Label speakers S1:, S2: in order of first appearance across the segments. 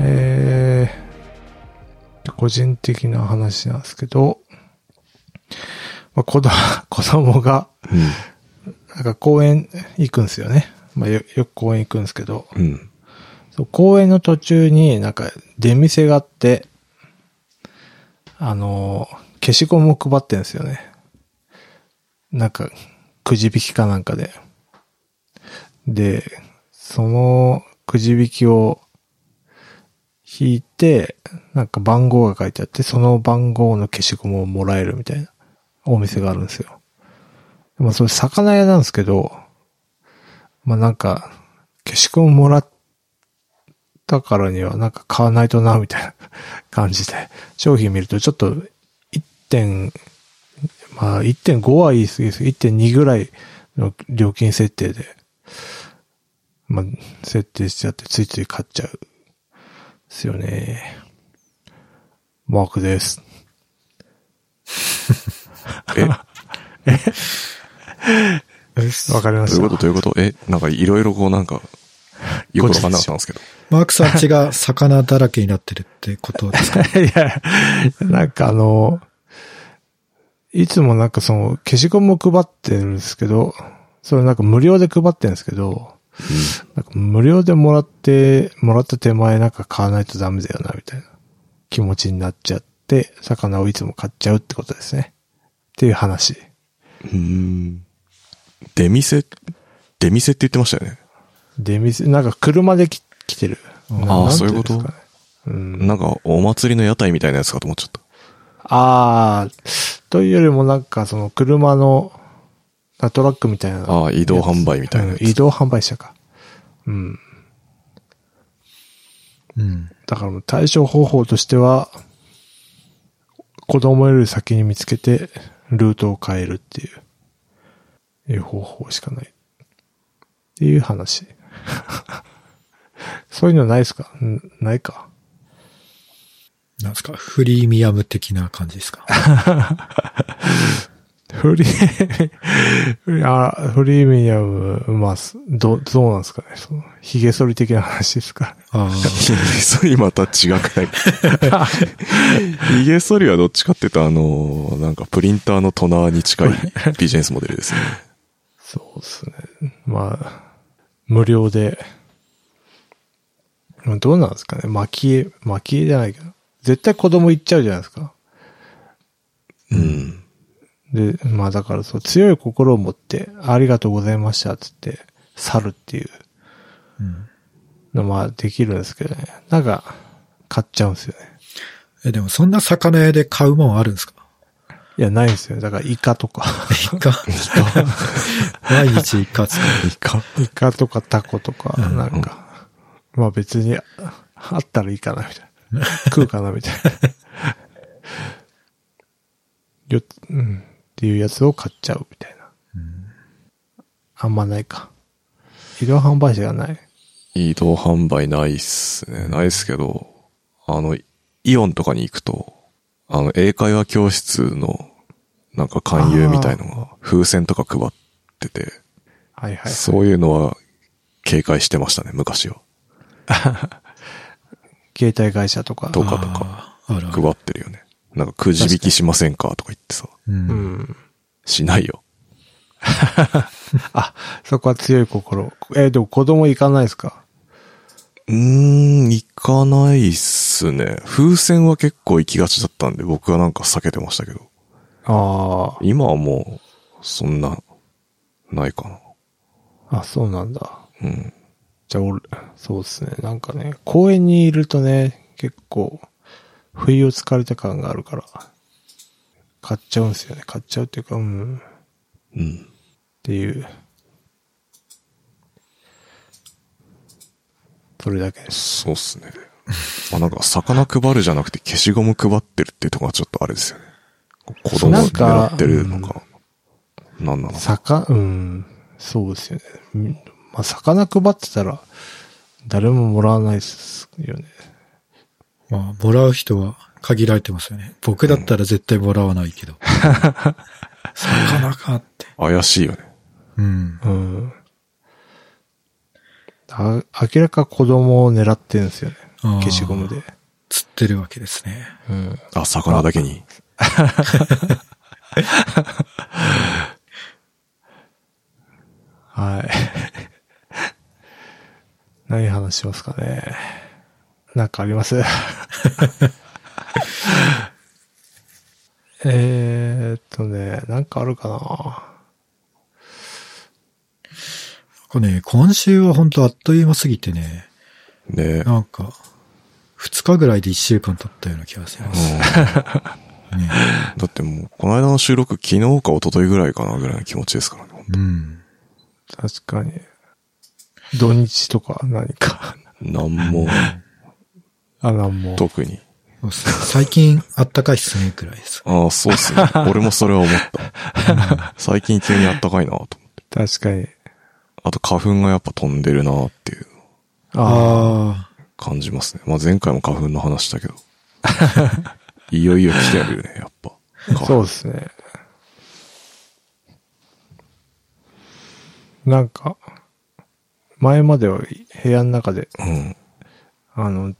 S1: えー、個人的な話なんですけど、まあ、子ど 子供が、なんか公園行くんですよね。まあ、よよく公園行くんですけど、
S2: うん。うん。
S1: そう公園の途中になんか出店があって、あの、消しゴムを配ってんですよね。なんか、くじ引きかなんかで。で、そのくじ引きを引いて、なんか番号が書いてあって、その番号の消しゴムをもらえるみたいなお店があるんですよ。まあそれ魚屋なんですけど、まあなんか、消しゴムもらったからにはなんか買わないとな、みたいな感じで、商品見るとちょっと1点、まあ1.5は言い過ぎです。1.2ぐらいの料金設定で、まあ設定しちゃってついつい買っちゃう。ですよね。マークです。
S2: え、
S1: わかりま
S2: どう
S1: し
S2: いう
S1: た
S2: こと。どういうことえ、なんかいろいろこうなんか、よくわかんなかったんですけど。
S3: マークさんちが魚だらけになってるってことです か
S1: いや、なんかあの、いつもなんかその消しゴムを配ってるんですけど、それなんか無料で配ってるんですけど、なんか無料でもらって、もらった手前なんか買わないとダメだよな、みたいな気持ちになっちゃって、魚をいつも買っちゃうってことですね。っていう話。
S2: うん。出店、出店って言ってましたよね。
S1: で、店、なんか車でき来てる。
S2: あ
S1: な
S2: あ
S1: んてん
S2: そういうこと
S1: ですかねうん、
S2: なんかお祭りの屋台みたいなやつかと思っちゃった。
S1: ああ、というよりもなんかその車の、あトラックみたいな。
S2: ああ、移動販売みたいな
S1: う
S2: や
S1: ん
S2: つ。
S1: 移動販売車か。うん。
S3: うん。
S1: だからもう対処方法としては、子供より先に見つけて、ルートを変えるっていう、いう方法しかない。っていう話。 そういうのないですかんないか。
S3: なんですかフリーミアム的な感じですか
S1: フリー、フリー あフリーミアム、まあ、すど、どうなんですかね。その、髭剃り的な話ですか。
S3: ああ。
S2: それまた違くない ヒゲ剃りはどっちかっていうと、あの、なんかプリンターのトナーに近いビジネスモデルですね。
S1: そうですね。まあ、無料で。まあどうなんですかね。巻き絵、巻き絵じゃないけど。絶対子供行っちゃうじゃないですか。
S2: うん。
S1: で、まあだからそう、強い心を持って、ありがとうございましたっつって、去るっていう
S3: うん
S1: のはできるんですけどね。なんか、買っちゃうんですよね。
S3: え、でもそんな魚屋で買うもんあるんですか
S1: いや、ないんですよ。だからイカとか、
S3: イカ。 毎日イカ使う。イカ。
S1: イカとかタコとか、
S3: うん
S1: なんか、まあ別にああったらいいかな、みたいな。食うかな、みたいな。よ、うん、っていうやつを買っちゃう、みたいな。あんまないか。移動販売車がない。
S2: 移動販売ないっすね。ないっすけど、あの、イオンとかに行くと、あの、英会話教室の、なんか勧誘みたいのが、風船とか配ってて、
S1: はいはい。
S2: そういうのは警戒してましたね、昔は。
S1: 携帯会社とか。
S2: とかとか、
S3: ああ、あるある。
S2: 配ってるよね。なんかくじ引きしませんかとか言ってさ、
S3: う。
S1: うんん。
S2: しないよ。
S1: あ、そこは強い心。えでも子供行かないですか
S2: うーん、行かないっすね。風船は結構行きがちだったんで、僕はなんか避けてましたけど。
S1: あ
S2: 今はもう、そんな、ないかな。
S1: あ。あ、そうなんだ。
S2: うん。
S1: じゃあ、俺、そうですね。なんかね、公園にいるとね、結構、不意をつかれた感があるから、買っちゃうんですよね。買っちゃうっていうか、うん、っ
S2: うん。
S1: ていう。それだけです。
S2: そうっすね。 まあなんか、魚配るじゃなくて消しゴム配ってるっていうとこがちょっとあれですよね。子供を
S1: なんか
S2: 狙ってるのか、なんなのか。
S1: 魚、うん、そうですよね。うんまあ、魚配ってたら、誰ももらわないですよね。
S3: まあ、もらう人は限られてますよね。僕だったら絶対もらわないけ ど。魚かって。
S2: 怪しいよね。
S3: うん。
S1: うん。あ明らか子供を狙ってるんですよね。
S3: あー
S1: 消しゴムで。
S3: 釣ってるわけですね。
S1: うん。
S2: あ、魚だけに。
S1: はい。 何話しますかね。なんかあります えーっとね、なんかあるかな
S3: なんかね、今週は本当あっという間すぎてね、
S2: ね。
S3: なんか、2日ぐらいで1週間経ったような気がします。ね、
S2: だってもう、この間の収録、昨日か一昨日ぐらいかなぐらいの気持ちですからね。
S3: うん。
S1: 確かに。土日とか何か。
S2: なんも、
S1: あ、なんも。
S2: 特に。
S3: そうっすね最近あったかいっすね、くらいです。
S2: ああ、そうっすね。俺もそれは思った。最近急にあったかいなと思って。
S1: 確かに。
S2: あと花粉がやっぱ飛んでるなっていう
S1: あ
S3: あ
S2: 感じますね。まあ前回も花粉の話したけど。 いよいよ来てるね、やっぱ。
S1: あ、そうですね。なんか、前までは部屋の中で
S2: うん。
S1: あの、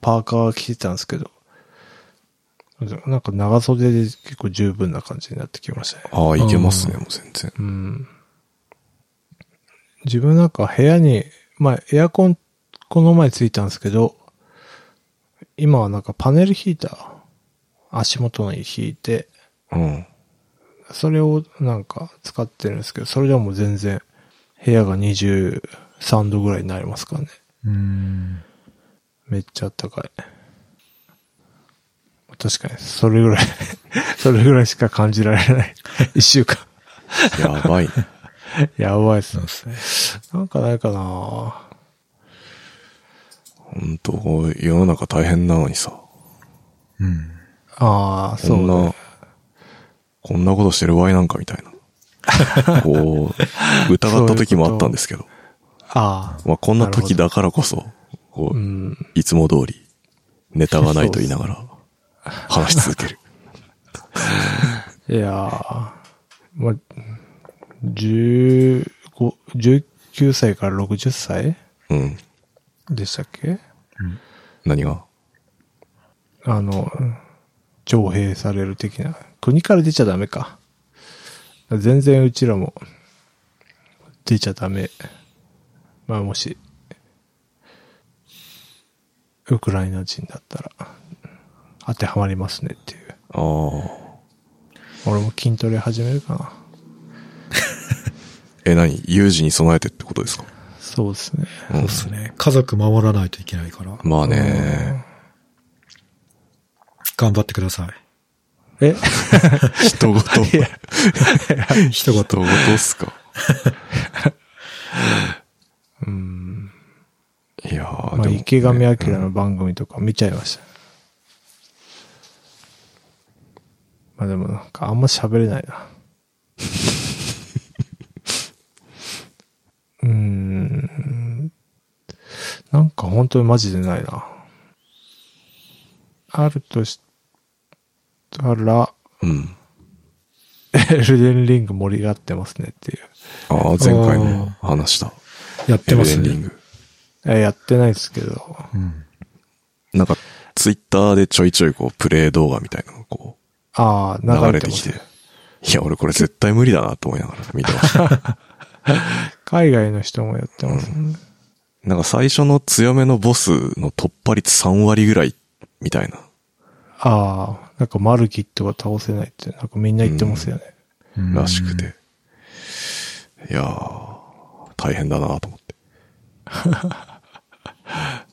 S1: パーカー着てたんですけど、なんか長袖で結構十分な感じになってきましたね。
S2: ああ、いけますね、もう全然。
S1: うん。自分なんか部屋に、まあエアコンこの前ついたんですけど、今はなんかパネルヒーター、足元に引いて、
S2: うん。
S1: それをなんか使ってるんですけど、それでも全然部屋が23度ぐらいになりますからね。
S3: あ、うん。
S1: めっちゃあったかい。確かに、それぐらい、 それぐらいしか感じられない。 一週間。
S2: やばいね。
S1: やばいっす
S3: そう
S1: ね
S3: で。すね。
S1: なんかないかな
S2: ほんと、世の中大変なのにさ。
S3: うん。
S1: ああ、
S2: こ
S1: そ
S2: ん
S1: う
S2: な、
S1: ね。
S2: こんなことしてる場合なんかみたいな。こう、疑った時もあったんですけど。
S1: ああ。
S2: まあこんな時だからこそ、こ
S1: う
S2: う、
S1: ん。
S2: いつも通り、ネタがないと言いながら、話し続ける。
S1: いやーまあ、15、19歳から60歳
S2: うん。
S1: でしたっけ
S2: 何が
S1: あの、徴兵される的な。国から出ちゃダメか。全然うちらも出ちゃダメ。まあもし、ウクライナ人だったら当てはまりますねっていう。
S2: ああ。
S1: 俺も筋トレ始めるかな。
S2: え、何有事に備えてってことですか
S1: そうですね。
S3: そうですね。家族守らないといけないから、
S2: まあね、
S3: 頑張ってくださ
S1: え
S2: 人ご と、
S3: い。一言。
S2: 人ごとっす か。
S1: うん。
S2: いやー、
S1: まあ
S2: でも
S1: 池上彰の番組とか見ちゃいました。まあでもなんかあんま喋れないな。うーん。なんか本当にマジでないな。あるとしたら、
S2: うん。
S1: エルデンリング盛り上がってますねっていう。
S2: ああ、前回も話した。
S3: やってま
S2: エ
S3: す
S2: ルデンリ
S3: ね
S2: ン。グ。
S1: えやってないですけど。
S3: うん。
S2: なんか、ツイッターでちょいちょいこう、プレイ動画みたいなのがこ
S1: ああ、
S2: う、流
S1: 流
S2: れ
S1: れて
S2: て
S1: ま
S2: き
S1: す
S2: て。いや、俺これ絶対無理だなと思いながら見てま した。
S1: 海外の人もやってますね。
S2: なんか最初の強めのボスの突破率3割ぐらい、みたいな。
S1: ああ、なんかマルキットが倒せないって、なんかみんな言ってますよね。
S3: うん
S2: らしくて。いやー、大変だなと思って。
S1: あ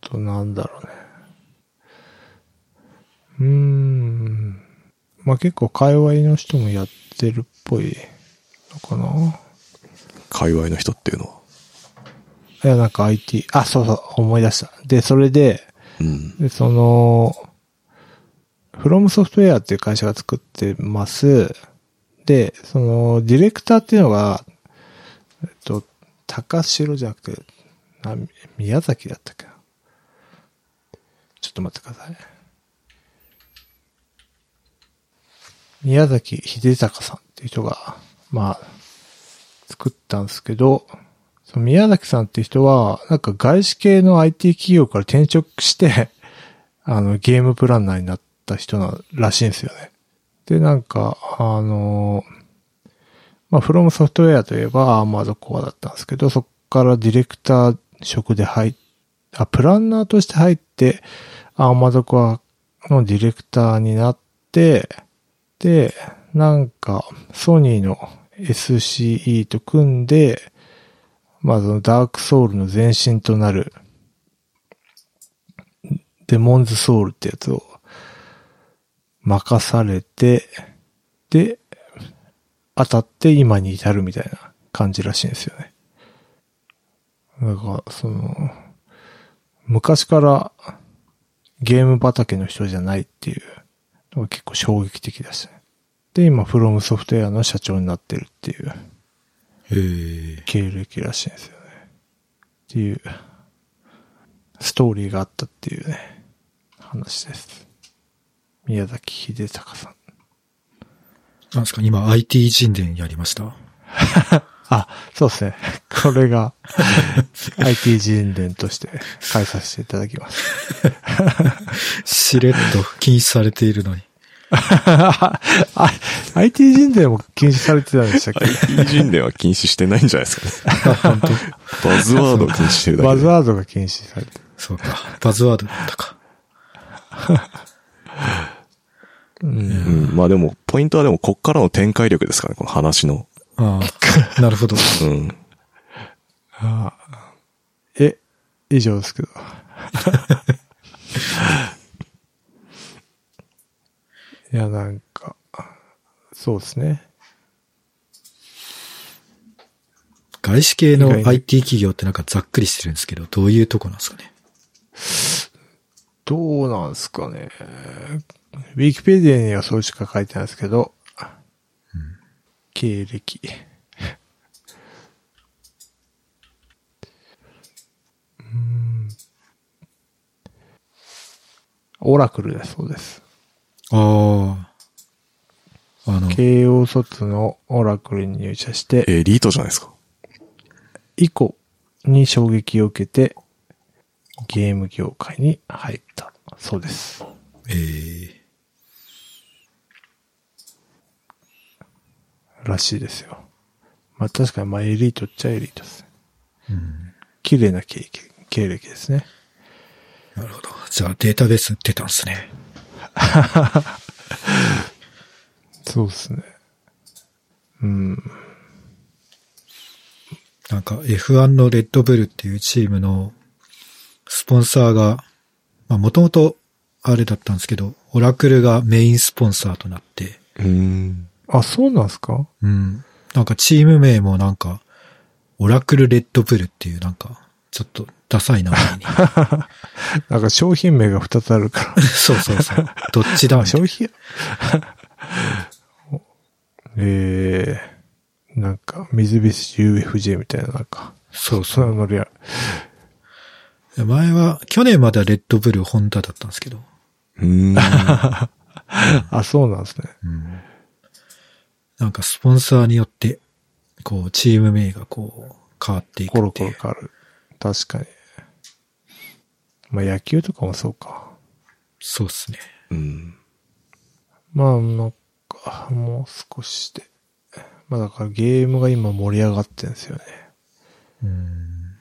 S1: と、なんだろうね。うーん。まあ結構界隈の人もやってるっぽいのかな。
S2: 界隈の人っていうのは。
S1: いや、なんか IT、あ、そうそう、思い出した。で、それで、
S2: うん。
S1: で、その、フロムソフトウェアっていう会社が作ってます。で、その、ディレクターっていうのが、えっと、高城じゃなくて、な宮崎だったっけな。ちょっと待ってください。宮崎秀隆さんっていう人が、まあ、作ったんですけど、その宮崎さんって人は、なんか外資系の IT 企業から転職して、あの、ゲームプランナーになった人ならしいんですよね。で、なんか、あの、まあ、フロムソフトウェアといえば、アーマードコアだったんですけど、そこからディレクター職で入っ、あ、プランナーとして入って、アーマードコアのディレクターになって、で、なんか、ソニーの SCE と組んで、まあ、そのダークソウルの前身となる、デモンズソウルってやつを任されて、で、当たって今に至るみたいな感じらしいんですよね。だから、その、昔からゲーム畑の人じゃないっていうのが結構衝撃的でしたね。で、今、フロムソフトウェアの社長になってるっていう
S3: へえ。
S1: 経歴らしいんですよね。っていう、ストーリーがあったっていうね、話です。宮崎秀隆さん。
S3: なんですか今 IT 人伝やりました。
S1: あ、そうですね。これが IT 人伝として返させていただきます。
S3: しれっと禁止されているのに。
S1: あ IT 人伝も禁止されてたんでしたっけ
S2: IT 人では禁止してないんじゃないですかね。
S3: あ、本当。
S2: バズワードを禁止してるだけで。
S1: バズワードが禁止されてる。
S3: そうか。バズワードだったか。
S1: うん。
S2: うん。まあでも、ポイントはでも、こっからの展開力ですからね、この話の。
S3: あ あ、なるほど。
S2: うん。
S1: ああえ、以上ですけど。 いや、なんか、そうですね。
S3: 外資系の IT 企業ってなんかざっくりしてるんですけど、どういうとこなんですかね。
S1: どうなんですかね。ウィキペディアにはそうしか書いてないですけど、経歴。うんオラクルだそうです。
S3: ああ。あの、
S1: 慶応卒のオラクルに入社して、
S2: エリートじゃないですか。
S1: 以降に衝撃を受けて、ゲーム業界に入ったそうです。
S3: ええ
S1: らしいですよ。まあ確かに、まあエリートっちゃエリートですね。
S3: うん。
S1: 綺麗な経歴経歴ですね。
S3: なるほど。じゃあデータベース出たんですね。
S1: そうですね。うん。
S3: なんか F1 のレッドブルっていうチームのスポンサーが、まあもともとあれだったんですけど、オラクルがメインスポンサーとなって、
S2: うん。
S1: あ、そうなんすか
S3: うん。なんかチーム名もなんか、オラクルレッドブルっていうなんか、ちょっとダサい名前に。
S1: なんか商品名が2つあるか
S3: そうそうそう。どっちだ
S1: ら。
S3: みた
S1: 商
S3: いな
S1: 品 えー、なんか、三菱 UFJ みたいな、なんか、
S3: そう
S1: そ
S3: そ
S1: ん
S3: う。
S1: なのりある。
S3: 前は、去年まではレッドブルホンダだったんですけど、
S2: うん。
S1: あ、そうなんですね。
S3: うん。なんかスポンサーによって、こう、チーム名がこう、変わっていく
S1: コロ
S3: って
S1: コ
S3: い
S1: ロ
S3: う。
S1: 変わる。確かに。まあ野球とかもそうか。
S3: そうですね。
S2: うん。
S1: まあ、なんか、もう少しで。まあだからゲームが今盛り上がってんですよね。
S3: うん。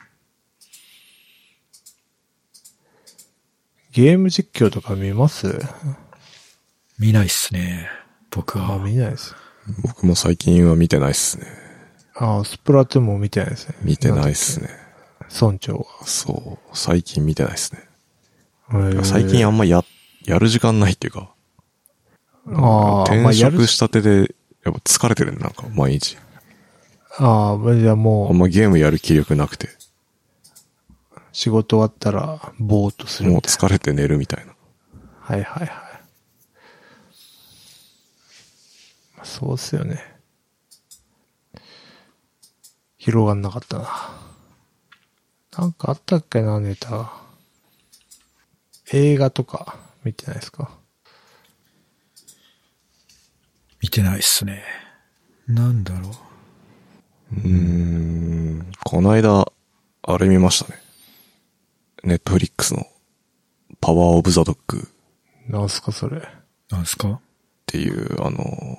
S1: ゲーム実況とか見ます
S3: 見ないっすね。僕
S1: あ、
S3: は。
S1: 見ないです。
S2: 僕も最近は見てないっすね。
S1: あスプラトゥーンも見てないですね。
S2: 見てないっすね。
S1: 村長は。
S2: そう。最近見てないっすね。
S1: へー
S2: 最近あんまや、やる時間ないっていうか、
S1: あーまあ、
S2: 転
S1: やる
S2: 職したてで、やっぱ疲れてるね、なんか、毎日。
S1: ああ、じゃあ
S2: あん
S1: もう、
S2: まゲームやる気力なくて、
S1: 仕事終わったら、ぼーっとする
S2: もう
S1: みたい
S2: 疲れて寝るみたいな。
S1: な。はいはいはい。まあ、そうっすよね。広がんなかったな。なんかあったっけな、ネタ。映画とか、見てないですか
S3: 見てないっすね。なんだろう。
S2: うーん。この間、あれ見ましたね。ネットフリックスの、パワーオブザドッグっ
S1: なんすか、それ。
S3: なんですか
S2: ていう、あの、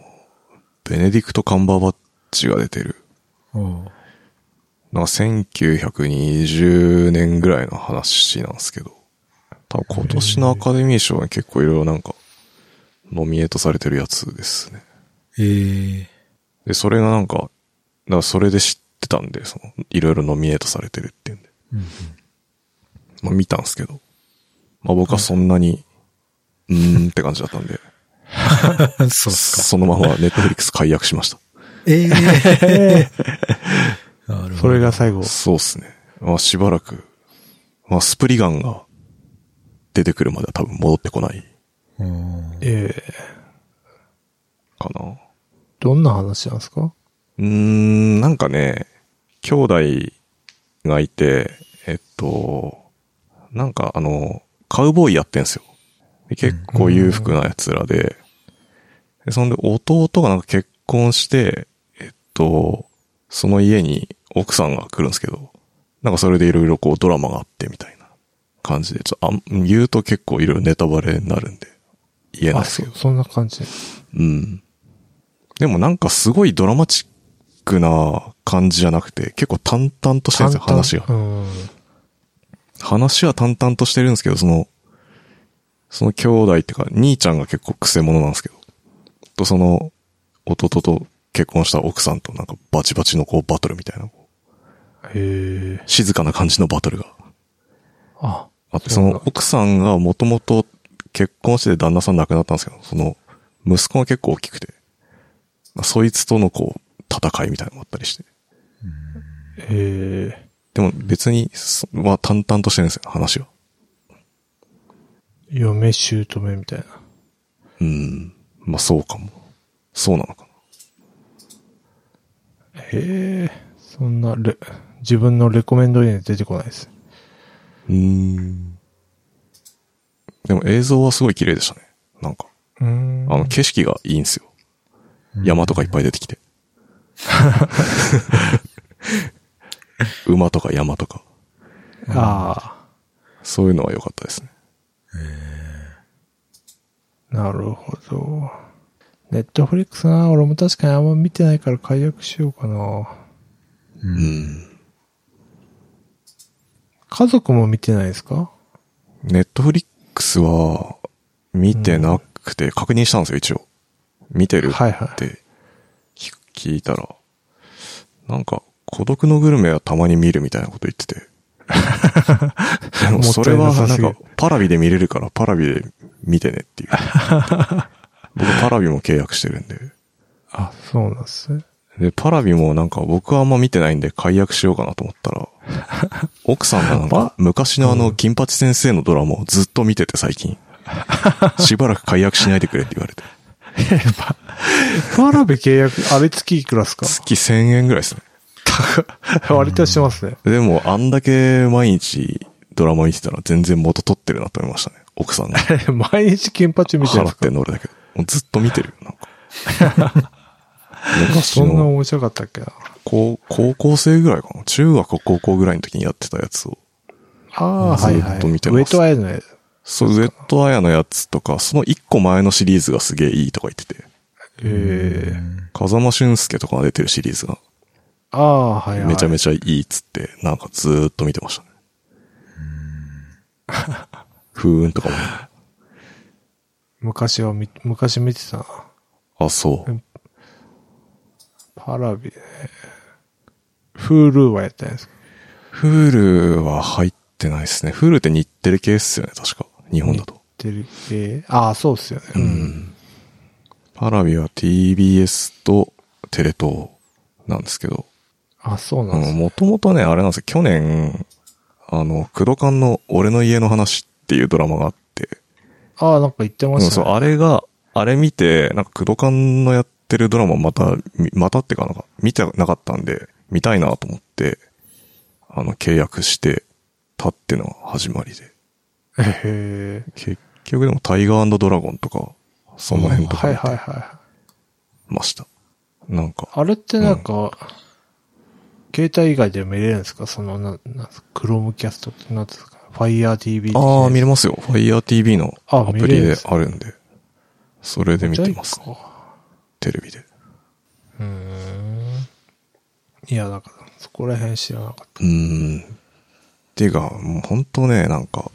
S2: ベネディクト・カンバーバッチが出てる、
S3: おう
S2: なんか1920年ぐらいの話なんですけど、多分今年のアカデミー賞は結構いろいろなんか、ノミネートされてるやつですね。
S3: えー、
S2: で、それがなんか、だからそれで知ってたんで、その、いろいろノミネートされてるっていうんで。
S3: うんうん
S2: まあ見たんですけど、まあ僕はそんなに、うーんって感じだったん で、
S3: そうっすか。
S2: そのままネットフリックス解約しました。
S3: ええなるほ
S1: そ
S3: ど。
S1: れが最後。
S2: そうっすね。まあしばらく、まあスプリガンが出てくるまでは多分戻ってこない
S3: うん
S1: ええ
S2: かな。
S1: どんな話なんですか
S2: うーん、なんかね、兄弟がいて、えっと、なんかあの、カウボーイやってんすよ。で結構裕福な奴らで、でそんで弟がなんか結婚して、えっと、その家に奥さんが来るんですけど、なんかそれでいろいろこうドラマがあってみたいな感じで、ちょっとあん言うと結構いろいろネタバレになるんで、言えない
S1: あ、
S2: です
S1: そ
S2: けど、。
S1: そんな感じ。
S2: うん。でもなんかすごいドラマチックな感じじゃなくて、結構淡々としてるんですよ、
S1: 淡々
S2: 話
S1: う。
S2: が
S1: ん。
S2: 話は淡々としてるんですけど、その、その兄弟っていうか、兄ちゃんが結構癖者なんですけど、とその、弟と結婚した奥さんとなんかバチバチのこうバトルみたいな、こう
S1: へえ。
S2: 静かな感じのバトルが
S1: あ、
S2: あって、
S1: そ
S2: そう
S1: なんだ
S2: の奥さんがもともと結婚してて旦那さん亡くなったんですけど、その息子が結構大きくて、そいつとのこう戦いみたいなのもあったりして。
S1: ええ。
S2: でも別に、そは淡々としてるんですよ、話は。
S1: 嫁姑みたいな。
S2: うん。まあそうかも。そうなのか
S1: へえ。そんなレ、自分のレコメンドに出てこないです。
S2: な。うん。でも映像はすごい綺麗でしたね。なんか、
S1: うーん。
S2: あの景色がいいんですよ。山とかいっぱい出てき て。馬とか山とか。
S1: あ
S2: そういうのは良かったですね。
S1: あ、なるほど。ネットフリックスな、俺も確かにあんま見てないから解約しようかな。
S2: うん。
S1: 家族も見てないですか
S2: ネットフリックスは見てなくて、確認したんですよ、一応。見てる
S1: はいはい
S2: って聞く聞いたら、なんか、孤独のグルメはたまに見るみたいなこと言ってて。でもそれ
S1: も
S2: は
S1: ったいなさ
S2: な
S1: す
S2: ん
S1: ぎる
S2: か、パラビで見れるから、パラビで見てねっ ていう。僕、パラビも契約してるんで。
S1: あ、そうなんですね。
S2: で、パラビもなんか僕はあんま見てないんで解約しようかなと思っ たら、奥さんがなんか昔のあの、金八先生のドラマをずっと見てて最近。しばらく解約しないでくれって 言われて。
S1: パラビ契 約、あれ月いくらっすか
S2: 月1000円ぐらいですね。
S1: 割としますね。
S2: でも、あんだけ毎日ドラマ見てたら全然元取ってるなと思いましたね。奥さんが
S1: 毎日金八見てるん
S2: 払
S1: です
S2: っ
S1: か
S2: てんの俺だけど。もうずっと見てるよ、なんか。 昔
S1: そんな
S2: の
S1: 面白かったっけな。
S2: 高高校生ぐらいかな。中学高校ぐらいの時にやってたやつを。
S1: ああ、はいはい。
S2: ずっと見て
S1: ウ
S2: ます
S1: ェットアイのやつ。
S2: そう、ウェットアヤのやつとか、その一個前のシリーズがすげえいいとか言ってて、
S1: ええ
S2: 風間俊介とかが出てるシリーズが
S1: ああ、はいはい。
S2: めちゃめ
S1: ち
S2: ちゃいいっつって、なんかずーっと見てましたね。ふーんとかもね。
S1: 昔は見、昔見てたな。
S2: あ、そう。
S1: パラビね。フールーはやってないんですか
S2: フールは入ってないっすね。フールって日テレ系っすよね、確か。日本だと。
S1: テレビ、ああ、そうっすよね。うん。
S2: パラビは TBS とテレ東なんですけど。
S1: あ、そう
S2: あ
S1: なんで
S2: の、
S1: すね。
S2: もともとね、あれなんですよ、去年、あの、クドカンの俺の家の話っていうドラマがあって、
S1: ああ、なんか言ってま
S2: うん
S1: した
S2: そう、
S1: ね。
S2: あれが、あれ見て、なんかクドカンのやってるドラマまた、みまたっていうかなんか、見てなかったんで、見たいなと思って、あの、契約してたってのが始まりで。
S1: へえ。
S2: 結局でもタイガードラゴンとか、その辺とか
S1: はい
S2: 見
S1: はい
S2: て
S1: はい。
S2: ました。なんか、
S1: あれってなんか、携帯以外で見れるんですかその、な、なんすか、クロームキャストってなんですか ?Fire TV 的なやつ
S2: ああ、見れますよ。Fire TV の
S1: あ
S2: アプ
S1: 見れ
S2: リ
S1: るんで
S2: ですあるんで。それで見てます、
S1: じゃあいいか
S2: テレビで。
S1: うーん。いや、だから、そこら辺知らなかっ
S2: うーん。ていうか、もう本当ね、なんか、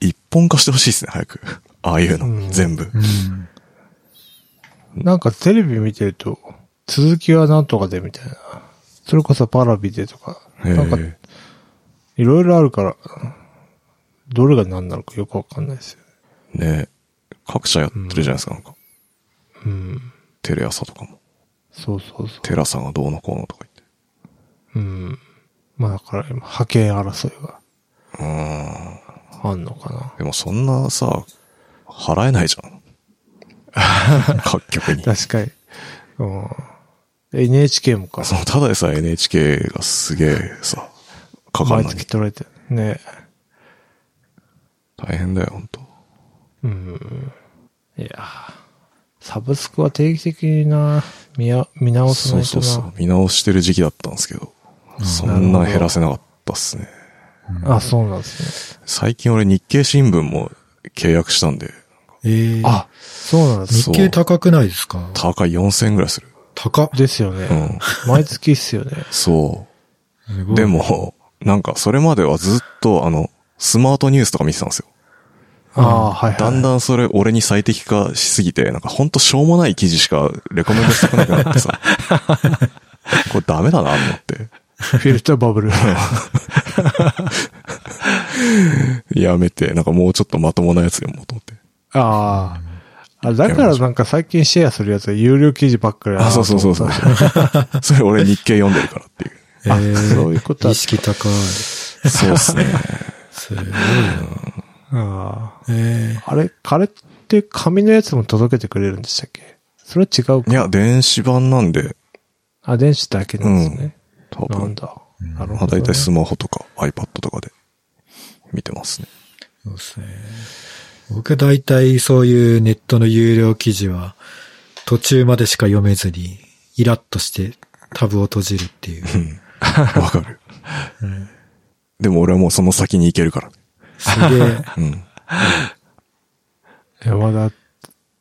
S2: 一本化してほしいですね、早く。 ああいうの、
S1: うん
S2: 全部。
S3: うん。
S1: た。なんかテレビ見てると、続きはなんとかでみたいな。それこそパラビでとか、
S2: へえ
S1: なんか、いろいろあるから、どれが何なのかよくわかんないですよね。
S2: ね各社やってるじゃないですか、なんか。
S1: うん。
S2: テレ朝とかも。
S1: そうそうそう。
S2: テラさんがどうのこうのとか
S1: うん。まあだから今、派遣争いが
S2: 言って。うーん。
S1: あんのかな。
S2: でもそんなさ、払えないじゃ ん。各局に。
S1: 確かに。うん。NHK もか。
S2: そのただでさえ NHK がすげえさ、かか
S1: 毎
S2: るのに
S1: 月取られてる。ね
S2: 大変だよ、本当
S1: うん。いやサブスクは定期的にな、見や、見直さ
S2: そ
S1: ないうと
S2: そう
S1: な。
S2: そう。見直してる時期だったんですけど、そんな減らせなかったっすね。
S1: あ、そうなんですね。
S2: 最近俺日経新聞も契約したんで、
S3: ええ
S1: あ、そうなんです。
S3: 日
S2: そう
S3: 経高くないですか
S2: 高い4000円ぐらいする。
S3: 高っ。
S1: ですよね。
S2: うん。
S1: 毎月っすよね。
S2: そ
S3: す
S2: う。
S3: ごい
S2: で。も、なんかそれまではずっとあの、スマートニュースとか見てたんですよ。
S1: ああ、はいはい。
S2: だんだんそれ俺に最適化しすぎて、なんかほんとしょうもない記事しかレコメンドしたくなくなって さ。これダメだなと思って。
S1: フィルターバ ブル。
S2: やめて、なんかもうちょっとまともなやつ読もうと思って。
S1: ああ。あ、だからなんか最近シェアするやつは有料記事ばっかりだな
S2: あ、そうそうそうそう。 それ俺日経読んでるからっていう。
S3: ええ
S1: そういうことは
S3: 意識高い。
S2: そうっすね。
S3: す ごいな。
S1: ああ。
S3: え
S1: あれ、あれって紙のやつも届けてくれるんでしたっけそれは違うか
S2: いや、電子版なんで、
S1: あ、電子だけなんですね。
S2: 多
S1: なん
S2: 分、
S1: だ。なる
S2: まあ
S1: ほど、
S2: 大
S1: ね。
S2: 体スマホとか iPad とかで見てます ね。
S3: えそうですね。僕大体そういうネットの有料記事は途中までしか読めずにイラッとしてタブを閉じるっていう。
S2: うん。わかる。でも俺はもうその先に行けるから。
S3: すげえ。
S2: うん。
S1: いやまだ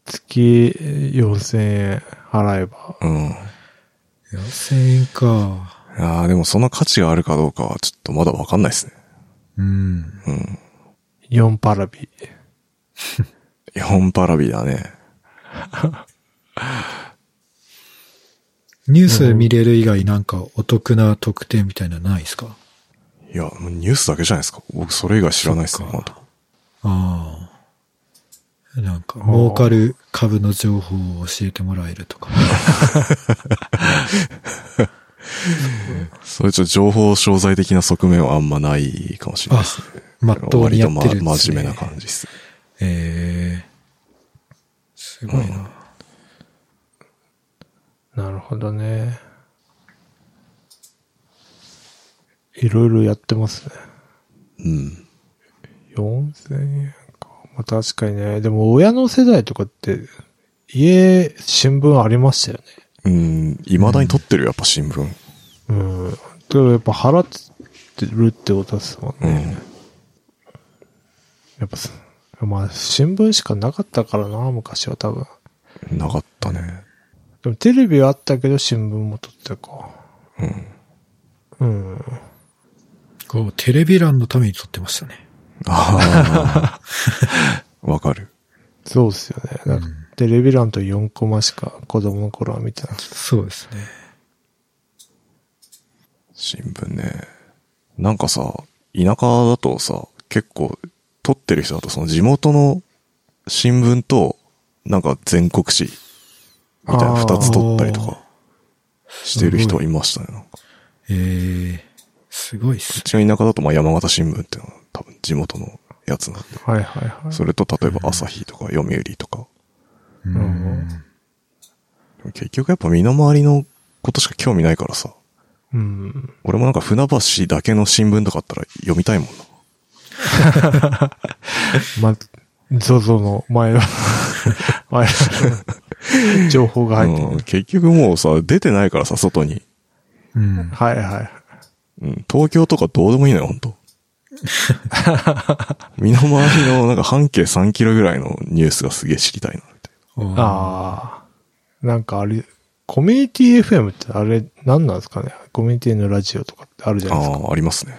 S1: 月4000円払えば。
S2: うん。
S3: 4000円か。
S2: ああ、でもその価値があるかどうかはちょっとまだわかんないですね。
S3: うん。
S2: うん。
S1: 4パラビ。
S2: 4パラビだね。
S3: ニュース見れる以外なんかお得な特典みたいなのないですか
S2: いや、もうニュースだけじゃないですか。僕それ以外知らないですね、
S3: そ
S2: 今
S3: っか
S2: のとこ
S3: ああ。なんか、儲かる株の情報を教えてもらえ るとか。
S2: それちょっと情報商材的な側面はあんまないかもしれな
S3: あ
S2: いですね。、
S3: まっとうに
S2: 割
S3: や
S2: と
S3: っ
S2: ま
S3: てるんです、
S2: 真
S3: ね。
S2: 面目な感じですね。
S3: ええすごいな。
S1: なるほどね。いろいろやってますね。
S2: うん。
S1: 4000円か。まあ確かにね。でも親の世代とかって、家、新聞ありましたよね。
S2: うん、未だに撮ってるよ、やっぱ新聞。
S1: うん。だからやっぱ払ってるってことですもん
S2: う
S1: ね。
S2: ん。
S1: やっぱす、まあ新聞しかなかったからな、昔は多分。
S2: なかったね。
S1: でもテレビはあったけど新聞も撮ってか。
S2: うん。
S1: うん。
S3: こう、テレビ欄のために撮ってましたね。
S2: あ あ。わかる。
S1: そうっすよね。なんかテレビ欄と4コマしか子供の頃は見てなかった。
S3: そうですね。
S2: 新聞ね。なんかさ、田舎だとさ、結構、撮ってる人だとその地元の新聞と、なんか全国紙みたいな
S1: あー
S2: 二つ撮ったりとかしてる人いましたね。なんか
S3: ええすごいっす
S2: う。ちの田舎だとまあ山形新聞っていうのは多分地元のやつなんで。
S1: はいはいはい。
S2: それと例えば朝日とか読売とか。
S3: うん。
S2: でも結局やっぱ身の回りのことしか興味ないからさ。
S1: うん。
S2: 俺もなんか船橋だけの新聞とかあったら読みたいもんな。
S1: ま、ゾゾの 前の、前の情報が入ってく
S2: うん
S1: る。
S2: 結局もうさ、出てないからさ、外に。
S3: うん。
S1: はいはい。
S2: うん、東京とかどうでもいいのよ、本当身の回りのなんか半径3キロぐらいのニュースがすげえ知りたいな、みたい
S1: ああ。なんかあれ、コミュニティ FM ってあれ、何なんですかねコミュニティのラジオとかってあるじゃ
S2: な。
S1: ないですか。
S2: ああ、ありますね。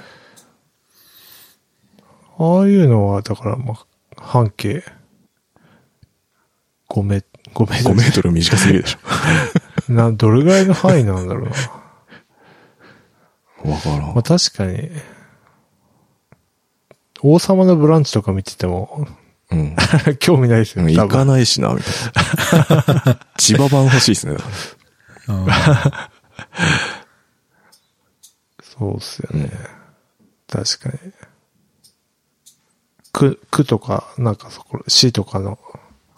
S1: ああいうのは、だから、まあ、半径、5メ、5メート
S2: 5
S1: ル
S2: メートル短すぎるでし
S1: な、どれぐらいの範囲なんだろうな。
S2: ょ。わからん
S1: まあ。確かに、王様のブランチとか見てても、
S2: うん。
S1: 興味ないですよね。
S2: 行
S1: 多
S2: か
S1: 分
S2: ないしな、みたいな。千葉版欲しいですね。だから
S3: あ
S1: そうっすよね。確かに。く、くとか、なんかそこ、しとかの、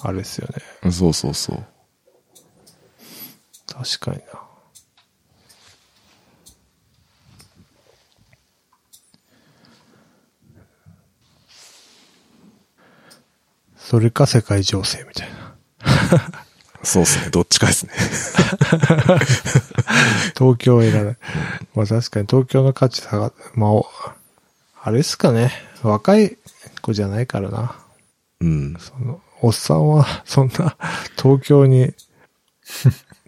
S1: あれですよね。
S2: うんそうそうそう。
S1: 確かにな。それか世界情勢みたいな。
S2: そうですね。どっちかですね。
S1: 東京はいらない。まあ確かに東京の価値下が、まあお、あれですかね。若い子じゃないからな。
S2: うん。
S1: その、おっさんは、そんな、東京に、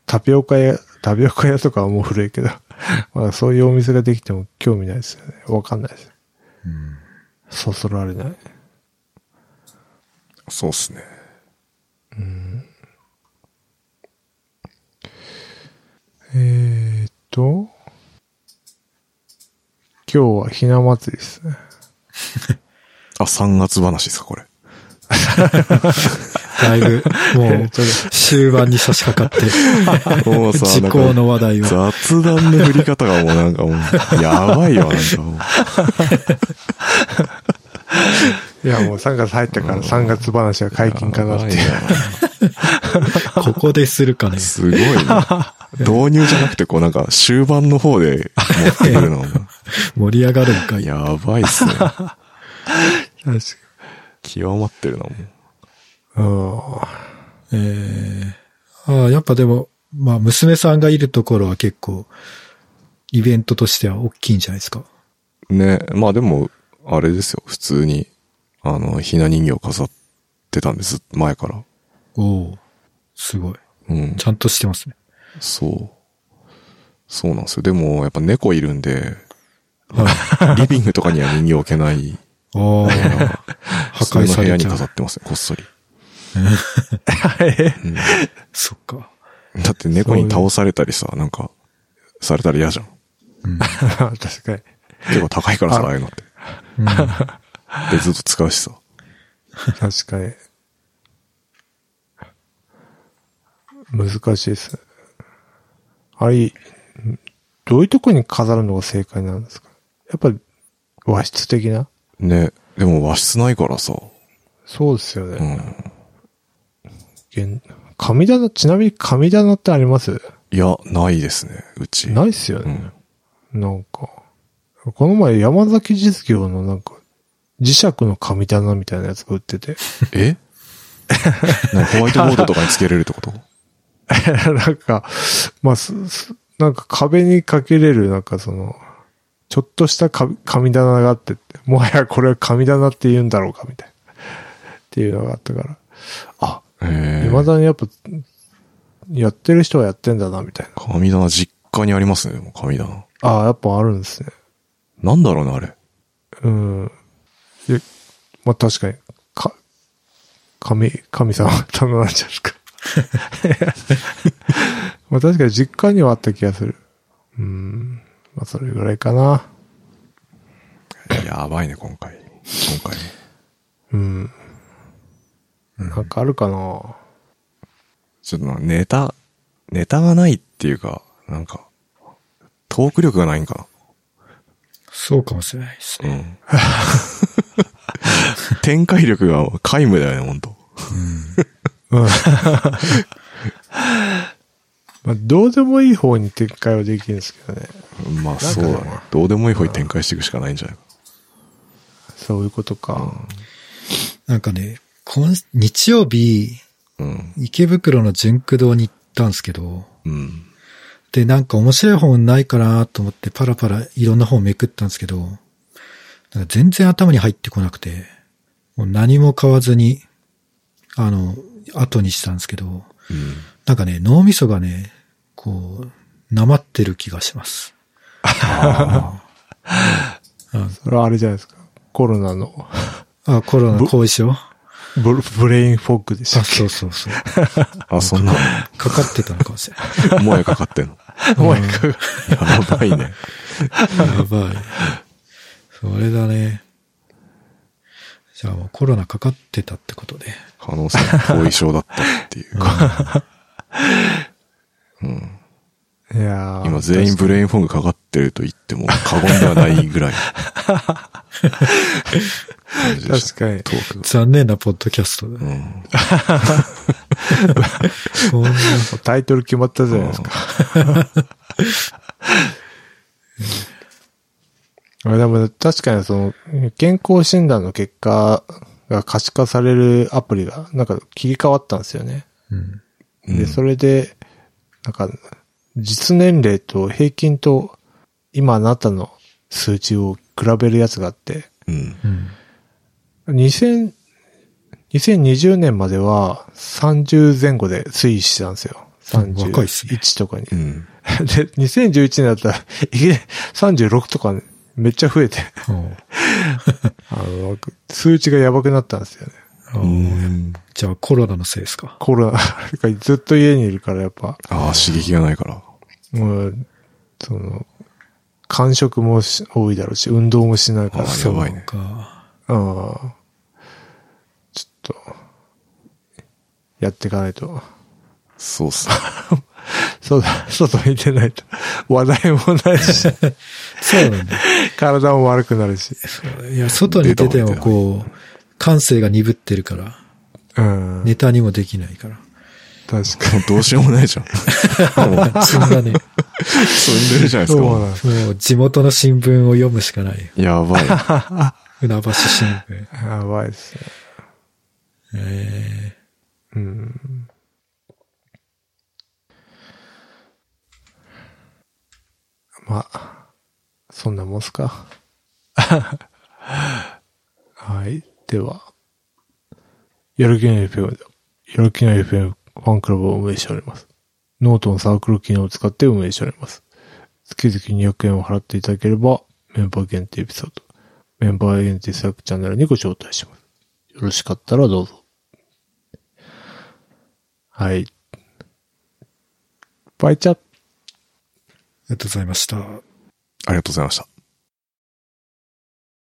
S1: タピオカ屋、タピオカ屋とかはもう古いけど、 まあそういうお店ができても興味ないですよね。わかんないです。そそられない。
S2: そうですね。
S1: えーっと、今日はひな祭りですね。
S2: あ、3月話ですか、これ。
S3: あだいぶ、もう、終盤に差し掛か って、
S2: もうさ、
S3: 時効の話題を。
S2: なんか雑談の振り方がもうなんかもう、やばいよ、なんかもう。
S1: いやもう3月入ったから3月話は解禁かなっていう。
S3: ここでするかね。
S2: す ごいな。導入じゃなくて、こうなんか終盤の方で持ってくる の。
S3: 盛り上がるんかい。
S2: やばいっす ね。
S1: 確
S2: 極まってるな、もう。
S1: かに。うん。
S3: えーああ、やっぱでも、まあ、娘さんがいるところは結構、イベントとしては大きいんじゃないですか。
S2: ね、まあでも、あれですよ、普通に、あの、ひな人形飾ってたんです、前から。
S3: おおすごい。
S2: うん。
S3: ちゃんとしてますね。
S2: そう。そうなんですよ。でも、やっぱ猫いるんで、 リビングとかには人形置けない。
S3: あ あ、破壊
S2: 普通
S3: さ
S2: の部屋
S3: れ
S2: に
S3: ちゃう
S2: 飾。ってますね、こっそり。
S3: そっか。
S2: だって猫に倒されたりさ、なんか、されたら嫌じゃん。
S1: 確かに。
S2: 結構高いからさ、ああいうのって。
S3: うん、
S2: で、ずっと使うしさ。
S1: 確かに。難しいですね。あれ、どういうとこに飾るのが正解なんですかやっぱり和室的な
S2: ね。でも和室ないからさ。
S1: そうですよ
S2: う
S1: ね。
S2: ん。
S1: 現神棚、ちなみに神棚ってあります
S2: いや、ないですね、うち。
S1: ないっすよ
S2: う
S1: ね。
S2: ん。
S1: なんか。この前山崎実業のなんか、磁石の神棚みたいなやつが売ってて。
S2: え なんかホワイトボードとかにつけれるってこと
S1: なんか、まあ、す、す、なんか壁にかけれる、なんかその、ちょっとしたか神棚があって、もはやこれは神棚って言うんだろうか、みたいな。っていうのがあったから。あ、
S2: ええ
S1: 未だにやっぱ、やってる人はやってんだな、みたいな。
S2: 神棚、実家にありますね、でも神棚。
S1: ああ、やっぱあるんですね。
S2: なんだろうな、あれ。
S1: うん。え、まあ確かに、か、神、神様頼なんじゃないですか。 まあ確かに実家にはあった気がする。うん。まあそれぐらいかな。
S2: やばいね、今回。今回も。
S1: うん。なんかあるかな
S2: ちょっとなネタ、ネタがないっていうか、なんか、トーク力がないんか
S3: そうかもしれないです
S2: な。う
S3: ね。
S2: ん。 展開力が皆無だよね、ほんと。
S1: うん。まあどうでもいい方に展開はできるんですけどね。
S2: まあそうだね。どうでもいい方に展開していくしかないんじゃないか。
S1: そういうことか。
S3: なんかね、今、日曜日、
S2: うん。
S3: 池袋の純駆堂に行ったんですけど、
S2: うん。
S3: で、なんか面白い本ないかなと思ってパラパラいろんな本めくったんですけど、なんか全然頭に入ってこなくて、もう何も買わずに、あの、後にしたんですけど、なんかね、脳みそがね、こう、なまってる気がします。
S1: それはあれじゃないですか。コロナの
S3: あ、コロナ後遺症あ、
S1: ブブレインフォッグでしたっ
S3: そうそうそう。
S2: あ、そんな、
S3: かかってたのかもしれない。
S2: もやかかってんの。
S1: け。もう一回。
S2: やばいね。
S3: やばい。それだね。じゃあもうコロナかかってたってことで。
S2: 可能性後遺症だったっていうか。うん。
S1: いやー
S2: 今全員ブレインフォグかかってると言っても過言ではないぐらい。感じでした
S1: 確かに。
S2: トークが
S3: 残念なポッドキャストだ
S2: う
S3: ね。
S2: ん。
S3: こんな
S1: タイトル決まったじゃないですか。あ でも確かにその、健康診断の結果が可視化されるアプリが、なんか切り替わったんですよね。
S3: うん。
S2: う
S1: で、
S2: ん
S1: それで、なんか、実年齢と平均と、今あなたの数値を比べるやつがあって、
S2: うん。
S3: うん。
S1: 2000 2020年までは30前後で推移してたんですよ。
S3: 若いっすね
S1: 31とかに。
S2: う
S1: で、
S2: ん。
S1: 2011年だったら、いきなり36とかねめっちゃ増えて、
S3: おう
S1: あの、数値がやばくなったんですよね。
S3: おうじゃあコロナのせいですか。
S1: コロナ、ずっと家にいるからやっぱ、
S2: ああ、刺激がないから。
S1: うん、その、間食もし多いだろうし、運動もしないから
S2: あ。やばいね
S3: そうか。
S1: うん。ちょっと、やっていかないと。
S2: そうっすね。
S1: そうだ、 外に出ないと。話題もないし、
S3: そう なんだ。
S1: 体も悪くなるし。
S3: いや、外に出てもこう、感性が鈍ってるから、
S1: うん。
S3: ネタにもできないから。
S1: 確か
S2: もうどうしようもない じゃん。もう、
S3: そんなね、
S2: 積んでるじゃない
S1: に。
S2: ですか。
S1: そう
S2: も
S1: な
S2: うん
S1: です。
S3: もう地元の新聞を読むしかないよ。
S2: や ばい。
S3: 船橋新聞。
S1: やばいですね。
S3: え
S1: うん。まあ、そんなもんすか。 はい。では、やる気の FM で、やる気の FM ファンクラブを運営しております。ノートのサークル機能を使って運営しております。月々200円を払っていただければ、メンバー限定エピソード、メンバー限定サークルチャンネルにご招待します。よろしかったらどうぞ。はい。バイチャッ
S3: ありがとうございました。
S2: ありがとうございました。